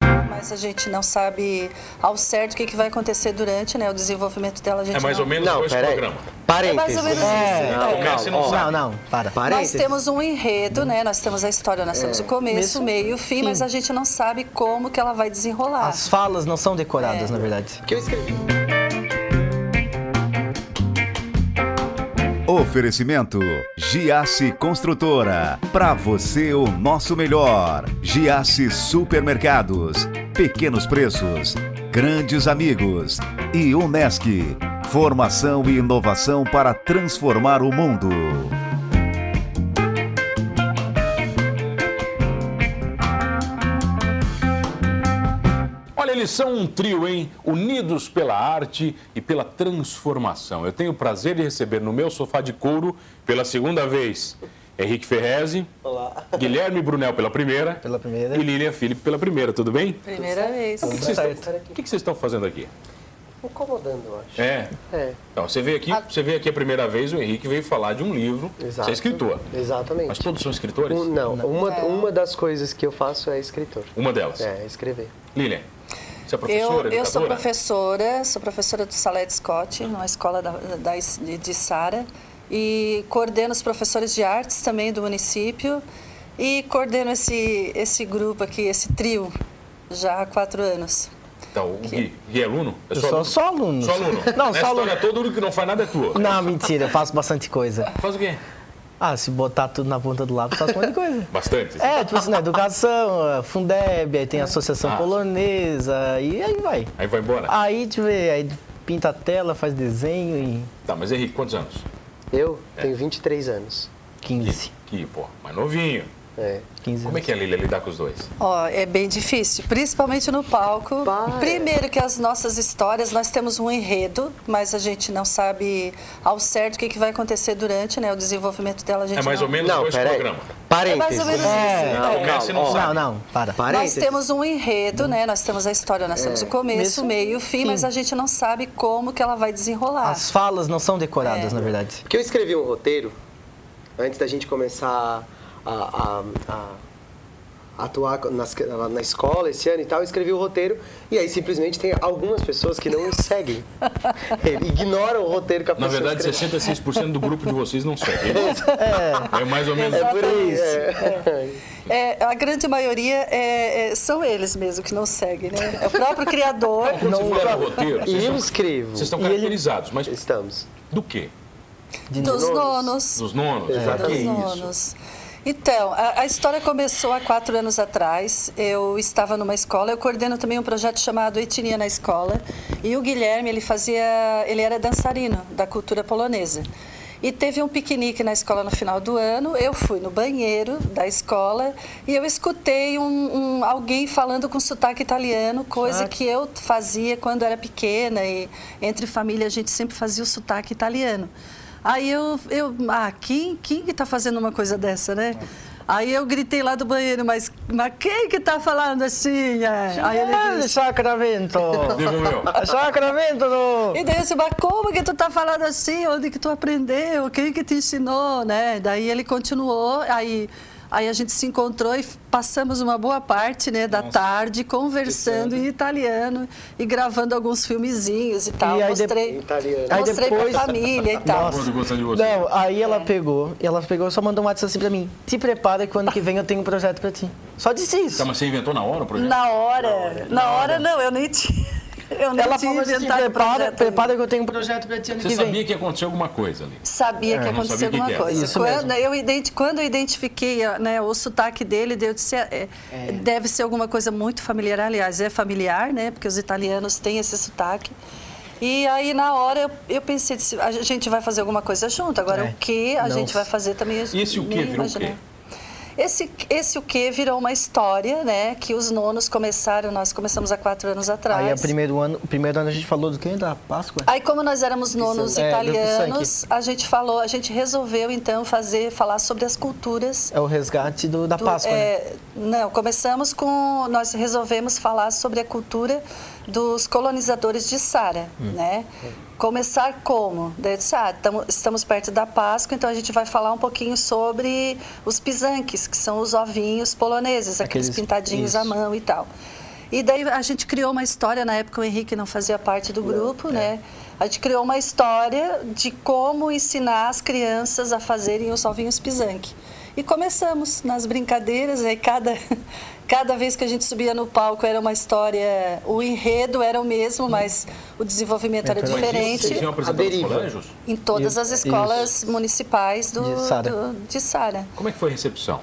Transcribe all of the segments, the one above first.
criança, a gente não sabe ao certo o que, que vai acontecer durante né, o desenvolvimento dela. A gente É mais não... ou menos Não, hoje o pera aí. programa. É Parênteses. mais ou menos isso. Não, começa e não ó, sabe. Não, não, para. Nós Parênteses. temos um enredo, né? Nós temos a história, nós temos o começo, o Mesmo- meio e o fim, mas a gente não sabe como que ela vai desenrolar. As falas não são É. decoradas, na verdade. Que eu escrevi. Oferecimento Giasse Construtora. Pra você o nosso melhor. Giasse Supermercados. Pequenos preços, grandes amigos e Unesc. Formação e inovação para transformar o mundo. Olha, eles são um trio, hein? Unidos pela arte e pela transformação. Eu tenho o prazer de receber no meu sofá de couro, pela segunda vez, Henrique Ferrezi. Olá. Guilherme Brunel pela primeira. Pela primeira. E Lilian Filipe pela primeira, tudo bem? Primeira vez. O que vocês certo. estão- O que que vocês estão fazendo aqui? Incomodando, eu acho. É. É, Então, você veio Ah. aqui, você veio aqui a primeira vez, o Henrique veio falar de um livro. exato. Você é escritor. Exatamente. Mas todos são escritores? Um- não, Uma, É. uma das coisas que eu faço é escritor. Uma delas. É, escrever. Lilian, você é professora, Eu, eu sou educadora? professora, sou professora do Salete Scott, numa escola da, da- de, de Sara, e coordeno os professores de artes também do município, e coordeno esse, esse grupo aqui, esse trio, já há quatro anos. Então, o Gui, Gui é aluno? É Eu sou só aluno. Só aluno. Não, Nessa só aluno. história toda, o que não faz nada é tua. Não, mentira, eu faço bastante coisa. Faz o quê? Ah, se botar tudo na ponta do lápis, faço um monte de coisa. Bastante. É, tipo assim, na educação, a Fundeb, aí tem a Associação Ah. Polonesa, e aí vai. Aí vai embora. Aí, deixa eu ver, aí pinta a tela, faz desenho Tá, mas Henrique, quantos anos? Eu tenho 23 anos. e 15. Que, pô, mais novinho. 15 Como é que é a Lilian lidar com os dois? Ó, é bem difícil, principalmente no palco. Para. Primeiro que as nossas histórias, nós temos um enredo, mas a gente não sabe ao certo o que, que vai acontecer durante né, o desenvolvimento dela. A gente É mais não- ou menos Não, hoje o pera aí. programa. É Parênteses. mais ou menos É. isso. Não, É. começa e não calma, sabe. Não, não, para. Nós Parênteses. temos um enredo, né? Nós temos a história, nós temos o começo, o Mesmo- meio e o fim, mas a gente não sabe como que ela vai desenrolar. As falas não são decoradas, É. na verdade. Porque eu escrevi um roteiro antes da gente começar a, a- a- a atuar nas- na escola esse ano e tal. Eu escrevi o roteiro e aí simplesmente tem algumas pessoas que não seguem. Ignoram o roteiro que a Na pessoa verdade, escreveu. 66% do grupo de vocês não segue. É mais ou menos. Exato. isso. É, a grande maioria é, é, são eles mesmo que não seguem, né? É o próprio criador. Quando você fala do roteiro, E vocês eu são, escrevo. vocês estão caracterizados, mas Estamos. do quê? Dos nonos. Dos nonos? Exato. Pra É. dos quê? nonos. Então, a, a história começou há quatro anos atrás. Eu estava numa escola, eu coordeno também um projeto chamado Etnia na Escola. E o Guilherme, ele fazia, ele era dançarino da cultura polonesa. E teve um piquenique na escola no final do ano. Eu fui no banheiro da escola e eu escutei um, um- alguém falando com sotaque italiano, coisa que eu fazia quando era pequena e entre família a gente sempre fazia o sotaque italiano. Aí eu, eu ah, quem, quem que tá fazendo uma coisa dessa, né? Aí eu gritei lá do banheiro, mas, mas quem que tá falando assim? é? Aí ele É, disse, sacramento! Devolveu. É Sacramento do... e daí eu disse, mas como que tu tá falando assim? Onde que tu aprendeu? Quem que te ensinou, né? Daí ele continuou, aí, aí a gente se encontrou e passamos uma boa parte, né, da tarde conversando em italiano e gravando alguns filmezinhos e tal. E aí de- mostrei Italiano. Aí mostrei depois- pra família e tal. Todo mundo gosta de você. Não, aí É. ela pegou, e ela pegou e só mandou um WhatsApp assim pra mim. Te prepara que o ano que vem eu tenho um projeto pra ti. Só disse isso. Tá, mas você inventou na hora o projeto? Na hora. Na hora, não, eu nem tinha. Eu nem Ela tinha falou assim, te inventado o prepara, um projeto. prepara que eu tenho um projeto pra ti ano Você que vem. sabia que ia acontecer alguma coisa ali. Sabia que ia É, não acontecer sabia o que alguma que era. coisa. Isso Quando eu, identi- quando eu identifiquei ó, né, o sotaque dele, daí eu disse, é, deve ser alguma coisa muito familiar. Aliás, é familiar, né? Porque os italianos têm esse sotaque. E aí, na hora, eu, eu pensei, disse, a gente vai fazer alguma coisa junto. Agora, É. o que a Não gente se- vai fazer também... E esse o quê nem virou o imaginava. quê? Esse, esse o que virou uma história, né? Que os nonos começaram, nós começamos há quatro anos atrás. Aí o primeiro ano, o primeiro ano a gente falou do quê? Da Páscoa? Aí, como nós éramos nonos É, do italianos, a gente falou, a gente resolveu então fazer, falar sobre as culturas. É o resgate do, da do- Páscoa, né? é, Não, começamos com, nós resolvemos falar sobre a cultura dos colonizadores de Sara, Hum. né? Começar como? Daí eu disse, ah, tamo- estamos perto da Páscoa, então a gente vai falar um pouquinho sobre os pisanques, que são os ovinhos poloneses, aqueles Aqueles- pintadinhos à isso. mão e tal. E daí a gente criou uma história, na época o Henrique não fazia parte do grupo, né? A gente criou uma história de como ensinar as crianças a fazerem os ovinhos pisanque. E começamos nas brincadeiras, aí cada, cada vez que a gente subia no palco era uma história, o enredo era o mesmo, mas o desenvolvimento era Então, Mas isso, Vocês diferente iam apresentar A nos deriva. colégios? em todas as Isso. escolas municipais do, De Sara. do- de Sara. Como é que foi a recepção?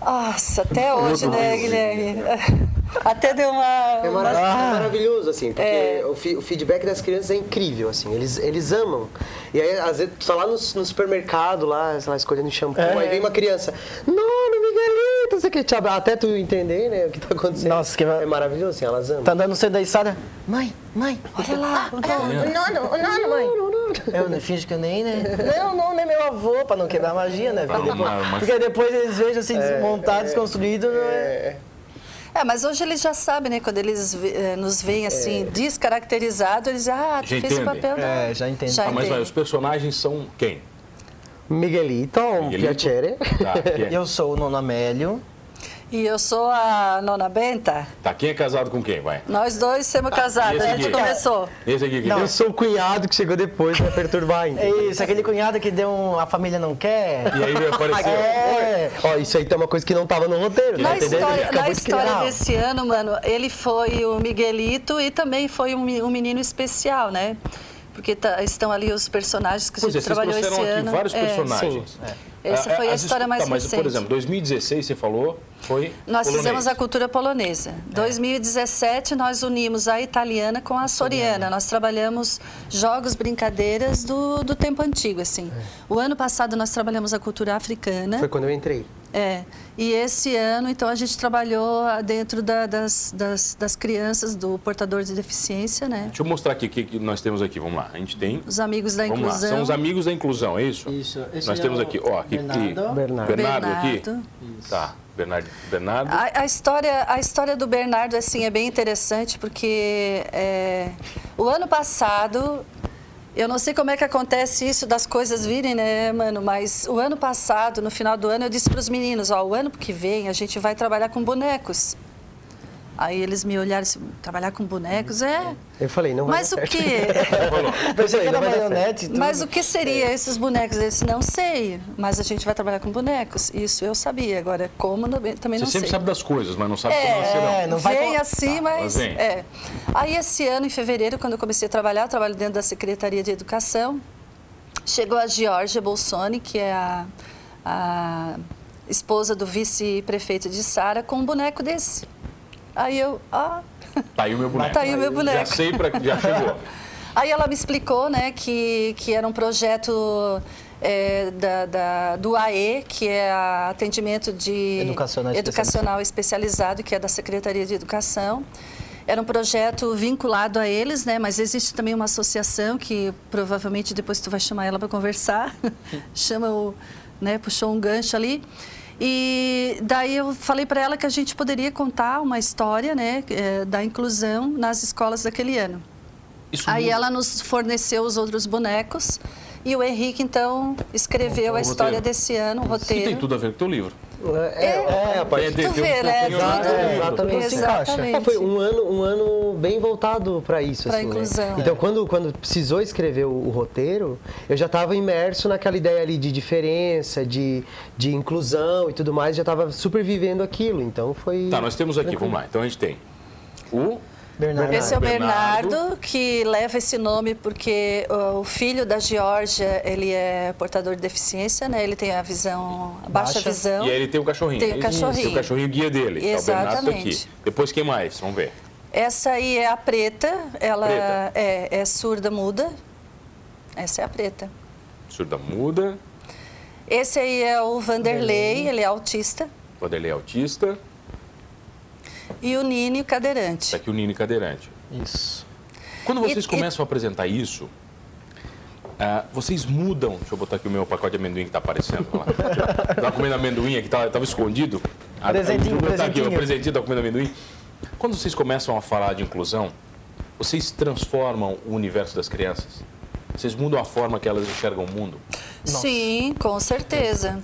Nossa, até hoje, Meu né, Deus. Guilherme? Até deu uma. É, uma- mara- é maravilhoso, assim, porque o, fi- o feedback das crianças é incrível, assim, eles, eles amam. E aí, às vezes, tu tá lá no, no supermercado, lá, sei lá, escolhendo shampoo, É. aí vem uma criança, nono, Miguelito, você que te abra-" até tu entender, né, o que tá acontecendo. Nossa, que ma- É maravilhoso, assim, elas amam. Tá andando cedo aí, Sara? Mãe, mãe. Olha lá. O nono, o nono, mãe. Eu não finge que eu nem, né? Não, não, nem meu avô, pra não quebrar a magia, né? Pra Porque não mar- depois, porque depois eles vejam assim, desmontado, desconstruído, não é? É, mas hoje eles já sabem, né? Quando eles ve- eh, nos É. veem assim, descaracterizado, eles já. Ah, tu Já fez o entendem. papel da. É, já entendem. Já Ah, mas vai, entendem. os personagens são quem? Miguelito, um Miguelito? piacere. Tá, quem é? é Eu sou o nono Amélio. E eu sou a Nona Benta. Tá, quem é casado com quem, vai? Nós dois somos casados, Ah, esse a gente aqui? Ah, tá, começou. Esse aqui, quem Não. é? Eu sou o cunhado que chegou depois pra perturbar ainda. É isso, aquele cunhado que deu um, a família não quer. E aí veio aparecer. É. Ó, isso aí tá uma coisa que não tava no roteiro, Na tá entendendo? história, Acabou na de história criar. desse ano, mano, ele foi o Miguelito e também foi um, me- um menino especial, né? Porque tá- estão ali os personagens que a Pois gente é, vocês trabalhou esse trouxeram aqui ano. vários É. personagens. Essa Ah, foi a as história histó- mais tá, mas, recente. Por exemplo, 2016 você falou, foi Nós polonês. É. fizemos a cultura polonesa. 2017 nós unimos a italiana com a soriana. Nós trabalhamos jogos, brincadeiras do, do tempo antigo, assim. É. O ano passado nós trabalhamos a cultura africana. Foi quando eu entrei. É. E esse ano, então, a gente trabalhou ah, dentro da- das, das, das crianças do portador de deficiência, né? Deixa eu mostrar aqui o que que nós temos aqui. Vamos lá. A gente tem. Os amigos da Vamos lá. inclusão. São os amigos da inclusão, é isso? Isso. Esse nós é temos o aqui, ó, aqui, aqui. Bernardo. Bernardo. aqui. Bernardo. Tá. Bernardo. Bernardo. A, a história, a história do Bernardo assim é bem interessante porque é, o ano passado eu não sei como é que acontece isso das coisas virem, né, mano? Mas o ano passado, no final do ano, eu disse para os meninos: ó, o ano que vem a gente vai trabalhar com bonecos. Aí eles me olharam assim: trabalhar com bonecos? É. Eu falei, não vai Mas dar o certo. quê? Pensei que Não era vai dar marionete. tudo. Mas o que É. seria esses bonecos? Eu disse: não sei, mas a gente vai trabalhar com bonecos. Isso eu sabia. Agora, como também não Você sei. sempre sabe das coisas, mas não sabe como elas serão. É, não vai vem com- assim, mas. mas vem. É. Aí esse ano, em fevereiro, quando eu comecei a trabalhar, eu trabalho dentro da Secretaria de Educação. Chegou a Georgia Bolsoni, que é a, a esposa do vice-prefeito de Sara, com um boneco desse. Aí eu. Ah. Tá aí o meu boneco. Tá aí o meu boneco. Já sei pra que já chegou. Aí ela me explicou, né, que, que era um projeto é, da, da- do AE, que é a atendimento de Educacional educacional especializado, que é da Secretaria de Educação. Era um projeto vinculado a eles, né? Mas existe também uma associação que provavelmente depois tu vai chamar ela para conversar. Chama o, né? Puxou um gancho ali. E daí eu falei para ela que a gente poderia contar uma história, né? eh, Da inclusão nas escolas daquele ano. Isso Aí muda. ela nos forneceu os outros bonecos e o Henrique, então, escreveu O a história roteiro. desse ano, o Isso tem roteiro. tudo a ver com o teu livro. É, é, a parte Tu vê, né? tem- Tudo- tem- É, exatamente. se encaixa. Exatamente. É, foi um ano, um ano bem voltado para isso. Pra assim, né? inclusão. É. Então, quando, quando precisou escrever o, o roteiro, eu já estava imerso naquela ideia ali de diferença, de, de inclusão e tudo mais, já estava super vivendo aquilo. Então, foi. Tá, nós temos aqui, vamos lá. Então a gente tem o Bernardo. Esse é o Bernardo. Bernardo, que leva esse nome porque ó, o filho da Georgia, ele é portador de deficiência, né? Ele tem a visão, a baixa, Baixa. visão. E aí ele tem o cachorrinho. Então, Tem o Ele- cachorrinho. Tem o cachorrinho guia dele. Tá, O Bernardo tá aqui. Exatamente. Depois quem mais? Vamos ver. Essa aí é a preta, ela Preta. É, é surda muda. Essa é a preta. Surda muda. Esse aí é o Vanderlei, ele é autista. Vanderlei é autista. E o Nini, o cadeirante. Tá aqui o Nini cadeirante. Isso. Quando E- vocês e- começam a apresentar isso, ah, vocês mudam. Deixa eu botar aqui o meu pacote de amendoim que tá aparecendo. Lá. Tava comendo amendoim aqui, tá, tava, tava escondido. Ah, Presentinho, eu vou botar aqui, o presentinho. presentinho tava comendo amendoim. Quando vocês começam a falar de inclusão, vocês transformam o universo das crianças? Vocês mudam a forma que elas enxergam o mundo? Sim, com certeza.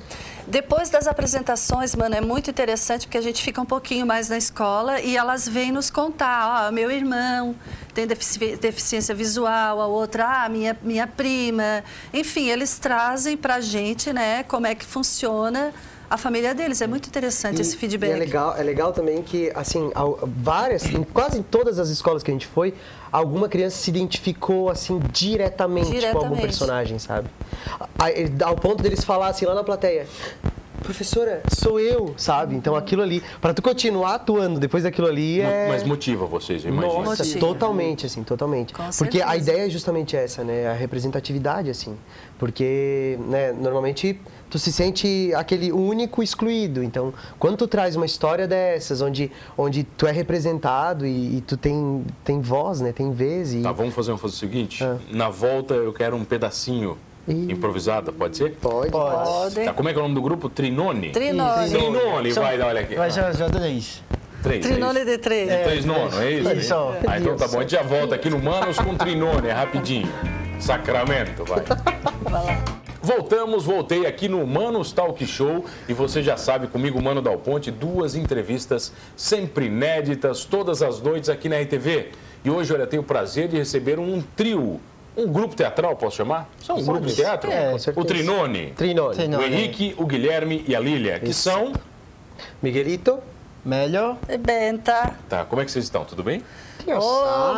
Depois das apresentações, mano, é muito interessante porque a gente fica um pouquinho mais na escola e elas vêm nos contar, ó, meu irmão tem defici- deficiência visual, a outra, ah, minha, minha prima. Enfim, eles trazem pra gente, né, como é que funciona a família deles. É muito interessante esse E- feedback. E é legal, é legal também que, assim, ao- várias, em quase todas as escolas que a gente foi, alguma criança se identificou, assim, diretamente, com algum Diretamente. personagem, sabe? A- a- Ao ponto deles falar, assim, lá na plateia... Professora, sou eu, sabe? Então aquilo ali, pra tu continuar atuando depois daquilo ali é. Mas motiva vocês, eu imagino. Nossa, Motiva. totalmente, assim, totalmente. Com porque a certeza. ideia é justamente essa, né? A representatividade, assim. Porque, né, normalmente tu se sente aquele único excluído. Então, quando tu traz uma história dessas, onde, onde tu é representado e, e tu tem, tem voz, né? Tem vez e... Tá, vamos fazer, vamos fazer o seguinte. Na volta eu quero um pedacinho improvisado, pode ser? Pode, Podem. Tá, como é que é o nome do grupo? Trinone? Trinone. Trinone, vai, dá, olha aqui. Vai já, já três. Três, é Trinone isso? de três. Três nono, é isso? É isso. Ah, então tá bom. A gente já volta aqui no Manos com Trinone, é rapidinho. Sacramento, vai. Voltamos, voltei aqui no Manos Talk Show e você já sabe, comigo, Mano Dal Ponte, duas entrevistas sempre inéditas, todas as noites aqui na RTV. E hoje, olha, tenho o prazer de receber um trio, um grupo teatral, posso chamar? São um grupo de teatro? É, com o certeza. Trinone, Trinone. o Trinone. né? Henrique, o Guilherme e a Lília, que são... Miguelito. Melhor. E Benta. Tá, como é que vocês estão? Tudo bem? Ô,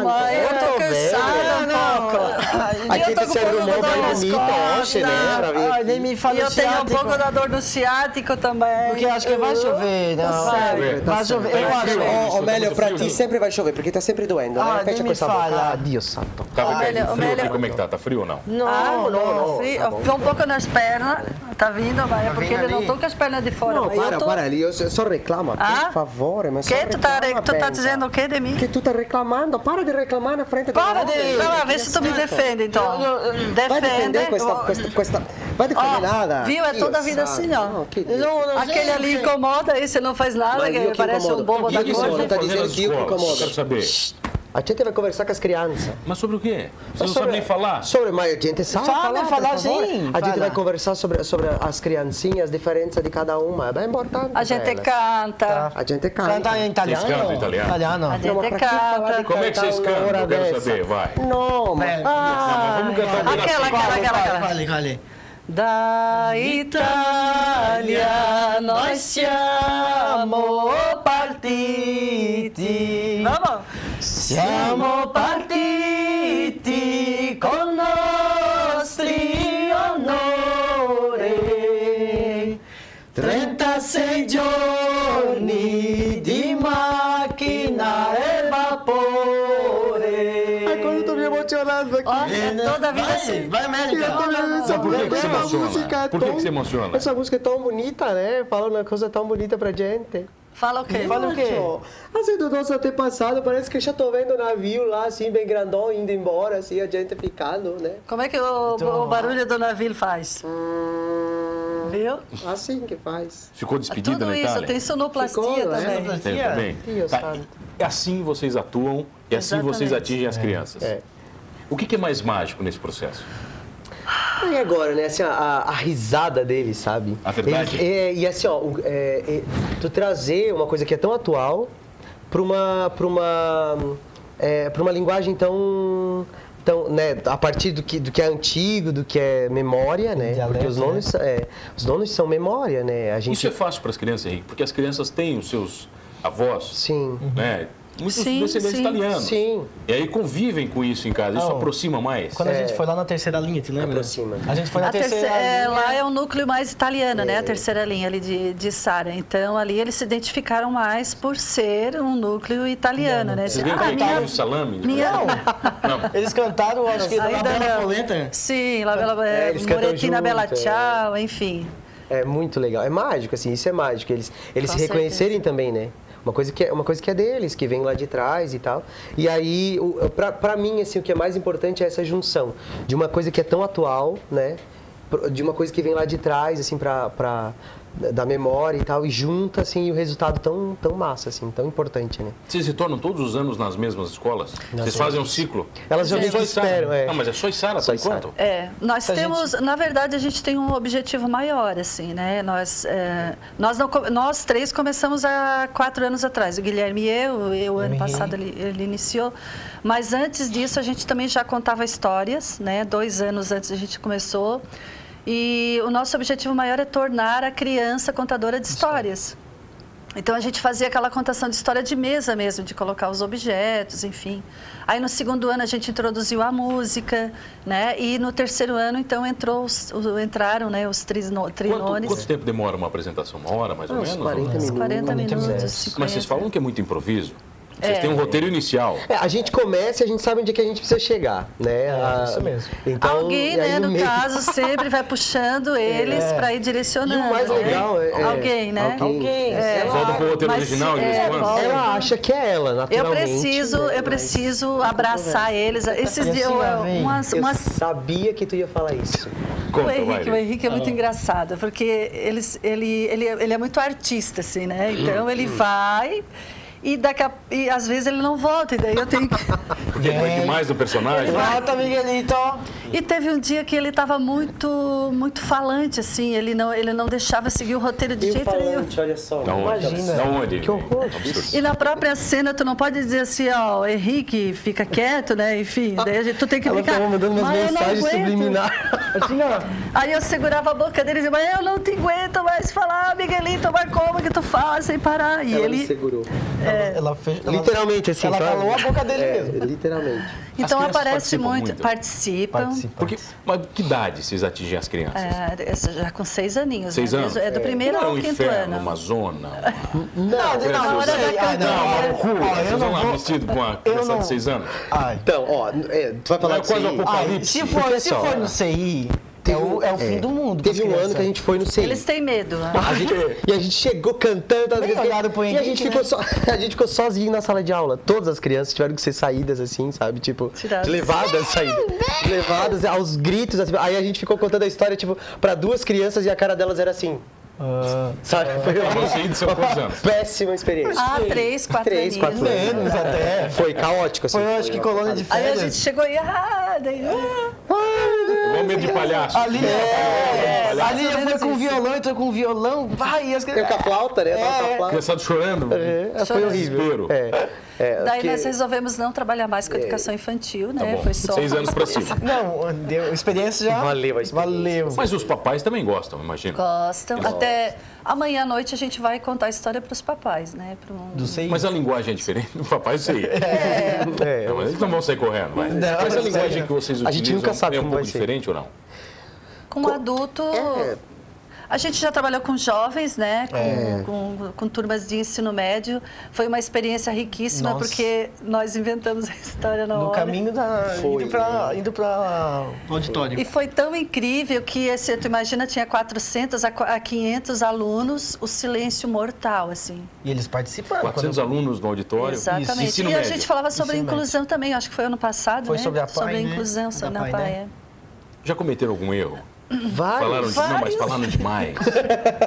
mãe, eu tô cansada um pouco. E eu tá Aqui tô com do um ser pouco humano de dor nas bonita, acho, né? Pra costas. vir Ai, aqui. nem me fala E eu tenho um ciático. pouco da dor no ciático também. Porque acho que vai chover, Tá não. certo. É, tá Vai chover. Eu Tá acho. frio, ó, hein? ó, Isso, tá Melhor, muito pra frio, ti viu? sempre vai chover, porque tá sempre doendo, Ah, né? Fecha nem com me essa fala. boca. Ah, Deus santo. Tá Olha, pegando o frio aqui, melhor- como é que tá? Tá frio ou não? Não, Ah, não. Tá não, frio. Fica um pouco nas pernas. Tá vindo, vai. É porque vem ele não ali. tô com as pernas de fora. Não, mas eu para, tô- para ali, eu só só reclama, Ah? por favor, é mas Que só tu tá, reclama, tu tá Benta. dizendo o que de mim? Que tu tá reclamando, para de reclamar na frente Para do de- homem. Vai lá, vê se tu me defende, então. Vai Defende. defender com essa, Oh. com essa, com essa... Vai defender Ó, nada. viu? É toda a vida Deus assim, sabe. ó. Não, que Deus. Não, não, Aquele gente. ali incomoda, esse não faz nada, Mas que viu que parece incomoda? um bobo E da o que corte. incomoda? tá fazendo dizendo nas que o que escolas? incomoda. Quero saber. A gente vai conversar com as crianças. Mas sobre o quê? Você não Sobre- sabe nem falar? Sobre, mas a gente sabe Sabe falar, por falar, sim, favor. A gente fala. vai conversar sobre, sobre as criancinhas, a diferença de cada uma. É bem importante A pra gente elas. canta. A gente canta. Cantar tá em italiano? Vocês cantam em italiano? Italiano. A Não, mas gente pra que falar de canta. Como é que cantar vocês uma cantam? hora Eu quero dessa? saber, vai. Não, mas... Mas Ah, vamos cantar um pedacinho. Aquela, Tá. aquela, aquela, aquela. Fale, fale. Da Itália nós siamo partiti. Vamos! Siamo partiti con nostri onore. 36 giorni di macchina e vapore. Agora eu tô me emocionando aqui. Olha, toda a vida assim. Vai, América. Sabe por que que você Essa música emociona? é Por que que tão- você emociona? Essa música é tão bonita, né? Fala uma coisa tão bonita pra gente. assim. Fala o quê? Fala o quê? Assim, do nosso antepassado, parece que eu já tô vendo o navio lá, assim, bem grandão, indo embora, assim, a gente ficando, né? Como é que o, o barulho do navio faz? Viu? É Assim que faz. Ficou despedida Tudo na isso, Itália? tem sonoplastia Ficou, né? também. Sonoplastia. Tem Yeah. também? Deus Tá, santo. e assim vocês atuam e assim Exatamente. vocês atingem as crianças. É. O que que é mais mágico nesse processo? E agora, né? Assim, a, a risada dele, sabe? A verdade. Eles- é, e assim, ó, o- é, é, tu trazer uma coisa que é tão atual pra uma. pra uma. é, pra uma linguagem tão. Então, né, a partir do que, do que é antigo, do que é memória, né? Dialeto, Porque os nomes, é, os nomes são memória, né? A gente Isso é fácil para as crianças, Henrique, porque as crianças têm os seus avós, Sim. né? Muitos Sim, descendentes sim. italianos. Sim. E aí convivem com isso em casa, isso Não. aproxima mais. Quando a gente foi lá na terceira linha, te lembra? Aproxima. A gente foi na A terceira, é, terceira lá é um núcleo mais italiano, né? A terceira linha ali de, de Sara. Então, ali eles se identificaram mais por ser um núcleo italiano, né? Vocês vêm Ah, com minha- um salame? minha- Não. Eles cantaram, acho que, na Ainda Bela não. Polenta. Sim, lá Bela, É, é, eles cantam Moretina junto, Bela é. Tchau, enfim. É muito legal. É mágico, assim, isso é mágico. Eles, eles Com se reconhecerem também, né? Uma coisa, que é, uma coisa que é deles, que vem lá de trás e tal. E aí, o, pra, pra mim, assim, o que é mais importante é essa junção de uma coisa que é tão atual, né? Pro- De uma coisa que vem lá de trás, assim, pra, pra, da- da memória e tal, e junta, assim, e o resultado tão, tão massa, assim, tão importante, né? Vocês se tornam todos os anos nas mesmas escolas? Vocês fazem um ciclo? Elas já Só me e Sara. desesperam, é. Não, mas é só e Sara, Só por e Sara. enquanto? É, nós A temos, na verdade, a gente tem um objetivo maior, assim, né? Nós, é, nós, não co- nós três começamos há quatro anos atrás, o Guilherme e eu, eu Uhum. ano passado ele, ele iniciou, mas antes disso a gente também já contava histórias, né? Dois anos antes a gente começou e o nosso objetivo maior é tornar a criança contadora de histórias. Então a gente fazia aquela contação de história de mesa mesmo, de colocar os objetos, enfim. Aí no segundo ano a gente introduziu a música, né? E no terceiro ano então entrou os- o- entraram, né, os trisno, Quanto, trinones. quanto tempo demora uma apresentação? Uma hora, mais ou Uns menos? 40 Ou- minutos. 40 minutos, é. 50. Mas vocês falam que é muito improviso. É. Vocês têm um roteiro inicial. É, a gente começa e a gente sabe onde é que a gente precisa chegar, né? A- É, isso mesmo. Então, Alguém, e aí né, no meio- É. caso, sempre vai puxando eles para ir E direcionando. o mais né? legal é... é- Alguém, né? Alguém, é. Volta pro roteiro mas original, de vez em é, quando. volta. Ela acha que é ela, Eu naturalmente. preciso, né? eu preciso abraçar eles. Esses E assim dias, eu- lá vem. umas, Eu umas sabia que tu ia falar isso. Conta, o vai, Henrique, Lili. o Henrique é Ah. muito engraçado, porque ele, ele, ele, é- ele é muito artista, assim, né? Então ele Hum. vai e, daqui a- e às vezes ele não volta, e daí eu tenho que. Porque ele vai demais do personagem. Volta, Miguelito. E teve um dia que ele estava muito, muito falante, assim, ele não, ele não deixava seguir o roteiro de jeito nenhum. olha só. Da onde? Da onde? Que horror. E na própria cena, tu não pode dizer assim, ó, Henrique, fica quieto, né? Enfim, daí a gente, tu tem que Ah, Ela ficar. ficava mandando umas "Mas eu não mensagens aguento." subliminares. Aí eu segurava a boca dele e dizia, mas eu não te aguento mais falar, Miguelito, mas como que tu fala sem parar? E Ela ele. me segurou. Ela fez. ela- Literalmente, assim, Ela sabe? falou a boca dele É, mesmo. Literalmente. Então crianças aparece participam muito, muito? participam. Porque, mas que idade vocês atingem as crianças? É, essa já com seis aninhos. Seis né? anos? É do primeiro Não é ao um quinto inferno, ano. uma zona. Não, é. não, Na hora sei. da né? Ah, cantoria. Uma não. loucura. Ó, eu Vocês vão lá não vou. vestido com uma criança não- de seis anos. Ai. Então, ó, é, tu vai falar Não é de quase CI? um apocalipse. Ai, se for, Porque se só, for ó, no CI, é o, é assim. o fim do mundo. Teve um pras ano que a gente foi no CI. Eles têm medo. Ah, né? A gente- e a gente chegou cantando, às Bem vezes. olhado pro e a Henrique, gente, né? ficou so- a gente ficou sozinho na sala de aula. Todas as crianças tiveram que ser saídas, assim, sabe? Tipo, Tiradas. levadas, saídas. levadas aos gritos. assim. Aí a criança ficou contando a história, tipo, pra duas crianças e a cara delas era assim. Ah. Sabe? Foi Pra você e de seu É. quantos anos? péssima experiência. Ah, três, quatro Três, aninhos. quatro anos. Anos até. Foi caótico, assim. É. Foi, eu acho que colônia de Aí a férias. gente chegou e. Ah, daí, É. ah. Igual medo de palhaço. Ali é. palhaço. Ali eu fui com Isso. violão, entrou com violão. Vai, e as Eu crianças. com a flauta, né? Eu tava com a flauta. Criançado chorando. É, foi horrível. Desespero. Tá É, é, Daí porque- nós resolvemos não trabalhar mais com educação infantil, É. Tá né? bom. Foi só. Seis anos pra cima. Não, deu. Experiência já. Valeu a experiência. Valeu. Mas os papais também gostam, imagina. Gostam. Até amanhã à noite a gente vai contar a história pros papais, né? Pro... Do CI. Mas a linguagem é diferente. O papai sei. é, Não, mas eles não vão sair correndo, vai. Não, Mas a não linguagem sei. que vocês utilizam A gente nunca sabe é um como pouco vai ser. diferente ou não? Com o adulto. É. A gente já trabalhou com jovens, né? Com, É. com- com turmas de ensino médio. Foi uma experiência riquíssima, Nossa. porque nós inventamos a história na No hora. caminho da. Foi, indo pra. Indo pra. Auditório. E foi tão incrível que, esse, tu imagina, tinha 400 a qu- a 500 alunos, o silêncio mortal, assim. E eles participaram. 400 alunos no auditório. Exatamente. Ensino e a médio. gente falava sobre Ensino médio. inclusão também, acho que foi ano passado, Foi né? sobre a PAE, Sobre né? inclusão, sobre é. Da na PAE, PAE. né? Já cometeram algum erro? Falaram Vários. de... Não, mas Vários. falaram demais.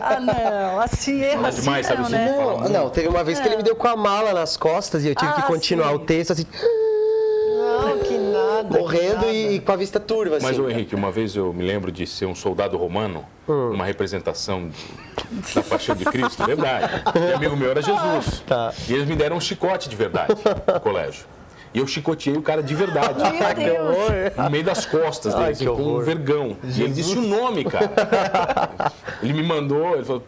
Ah, não, assim, erro Fala assim demais, sabe, não, assim, né? fala Não, muito. não, teve uma vez que ele me deu com a mala nas costas e eu tive Ah, que continuar sim. o texto, assim, Não, que nada. morrendo e, e com a vista turva, assim. Mas, ô Henrique, uma vez eu me lembro de ser um soldado romano, Hum. uma representação de- da paixão de Cristo, verdade. E amigo meu era Jesus. Tá. E eles me deram um chicote de verdade no colégio. E eu chicoteei o cara de verdade. Meu Deus. No meio das costas dele, Ai, assim, que com um horror. vergão. E ele disse o nome, cara. ele me mandou, ele falou.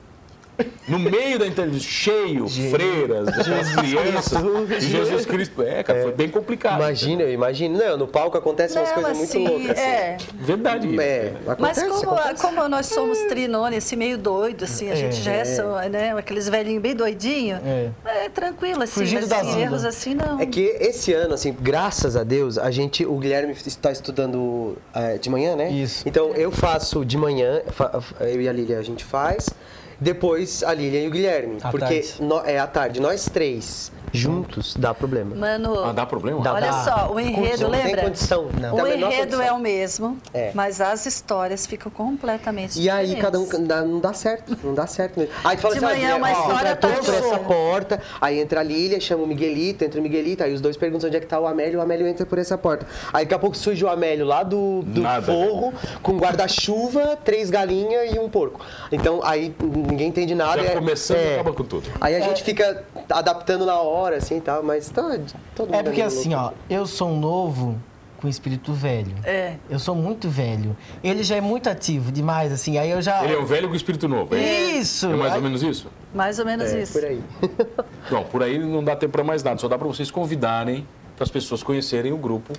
No meio da entrevista, cheio, freiras, crianças. Jesus, Jesus Cristo. É, cara, foi bem complicado. Imagina, eu imagino. Não, no palco acontecem umas Não, coisas assim, muito loucas. assim. é. Verdade. isso, É, né? acontece, Mas como, acontece. É. como nós somos trinone, assim, meio doido, assim, a gente já é, só, né, aqueles velhinhos bem doidinho, é, tranquilo, assim, Fugindo mas da assim, onda. erros assim, não. É que esse ano, assim, graças a Deus, a gente, o Guilherme está estudando eh, de manhã, né? Isso. Então eu faço de manhã, fa- eu e a Lilian a gente faz, depois a Lilian e o Guilherme. À porque tarde. nó- é à tarde, nós três. juntos dá problema. Mano, Ah, dá problema? Dá, olha dá. só, o enredo, Não tem lembra? condição, não. Tem O a menor enredo condição. é o mesmo, É. mas as histórias ficam completamente E aí diferentes. cada um dá- não dá certo, não dá certo mesmo. Aí tu fala De assim, ah, manhã, Guilherme, uma ó, história entra tá por essa solta. porta, aí entra a Lília, chama o Miguelito, entra o Miguelito, aí os dois perguntam onde é que tá o Amélio, o Amélio entra por essa porta. Aí daqui a pouco surge o Amélio lá do, do Nada. né? forro, com guarda-chuva, três galinhas e um porco. Então aí ninguém entende nada. Já é- começando, é. acaba com tudo. Aí a gente fica adaptando na hora, assim e tal, mas tá todo mundo É porque meio assim, louco. ó, eu sou um novo com espírito velho. É. Eu sou muito velho. Ele já é muito ativo demais, assim. Aí eu já. Ele é um velho com espírito novo, hein? Isso! É mais ou Aí- menos isso? Mais ou menos É, isso. por aí. Não, por aí não dá tempo pra mais nada, só dá pra vocês convidarem, para as pessoas conhecerem o grupo.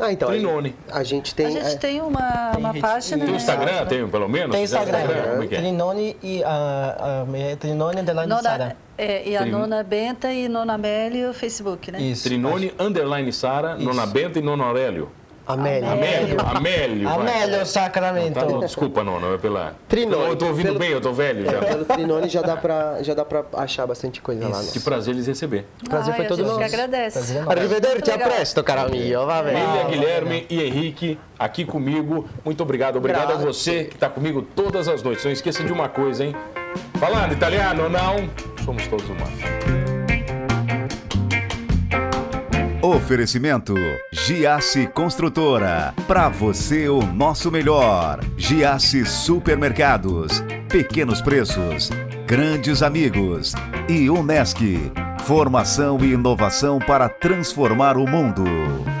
Ah, então. aí Trinone. A gente tem. A gente é, tem uma, uma rede- página, Tem né? o Instagram, tem pelo menos? Tem Você já Instagram. Como é que é? Trinone e a. a- é Trinone underline um Nona, Sara. é, e a Tem- Nona Benta e Nona Amélia e o Facebook, né? Isso. Trinone, underline Sara, Nona Benta e Nono Aurélio. Amélia. Amélio, Amélio. vai. Amélia, o sacramento. Tá, não, desculpa, Nona, é pela... Trinone. Eu tô ouvindo Pelo- É, bem, eu tô velho já. Pelo Trinone já dá pra, já dá pra achar bastante coisa lá. né? Que Nossa. prazer eles receber. prazer foi Ai, todo Ah, a gente que nosso. agradece. Prazer é nosso. Arrivederci, Muito legal. presto, caro mio, va Lília, é Guilherme e Henrique aqui comigo. Muito obrigado. Obrigado a Grazie. você que está comigo todas as noites. Não esqueça de uma coisa, hein? Falando italiano ou não, somos todos humanos. Oferecimento Giasse Construtora. Para você o nosso melhor. Giasse Supermercados. Pequenos preços, grandes amigos. E Unesc. Formação e inovação para transformar o mundo.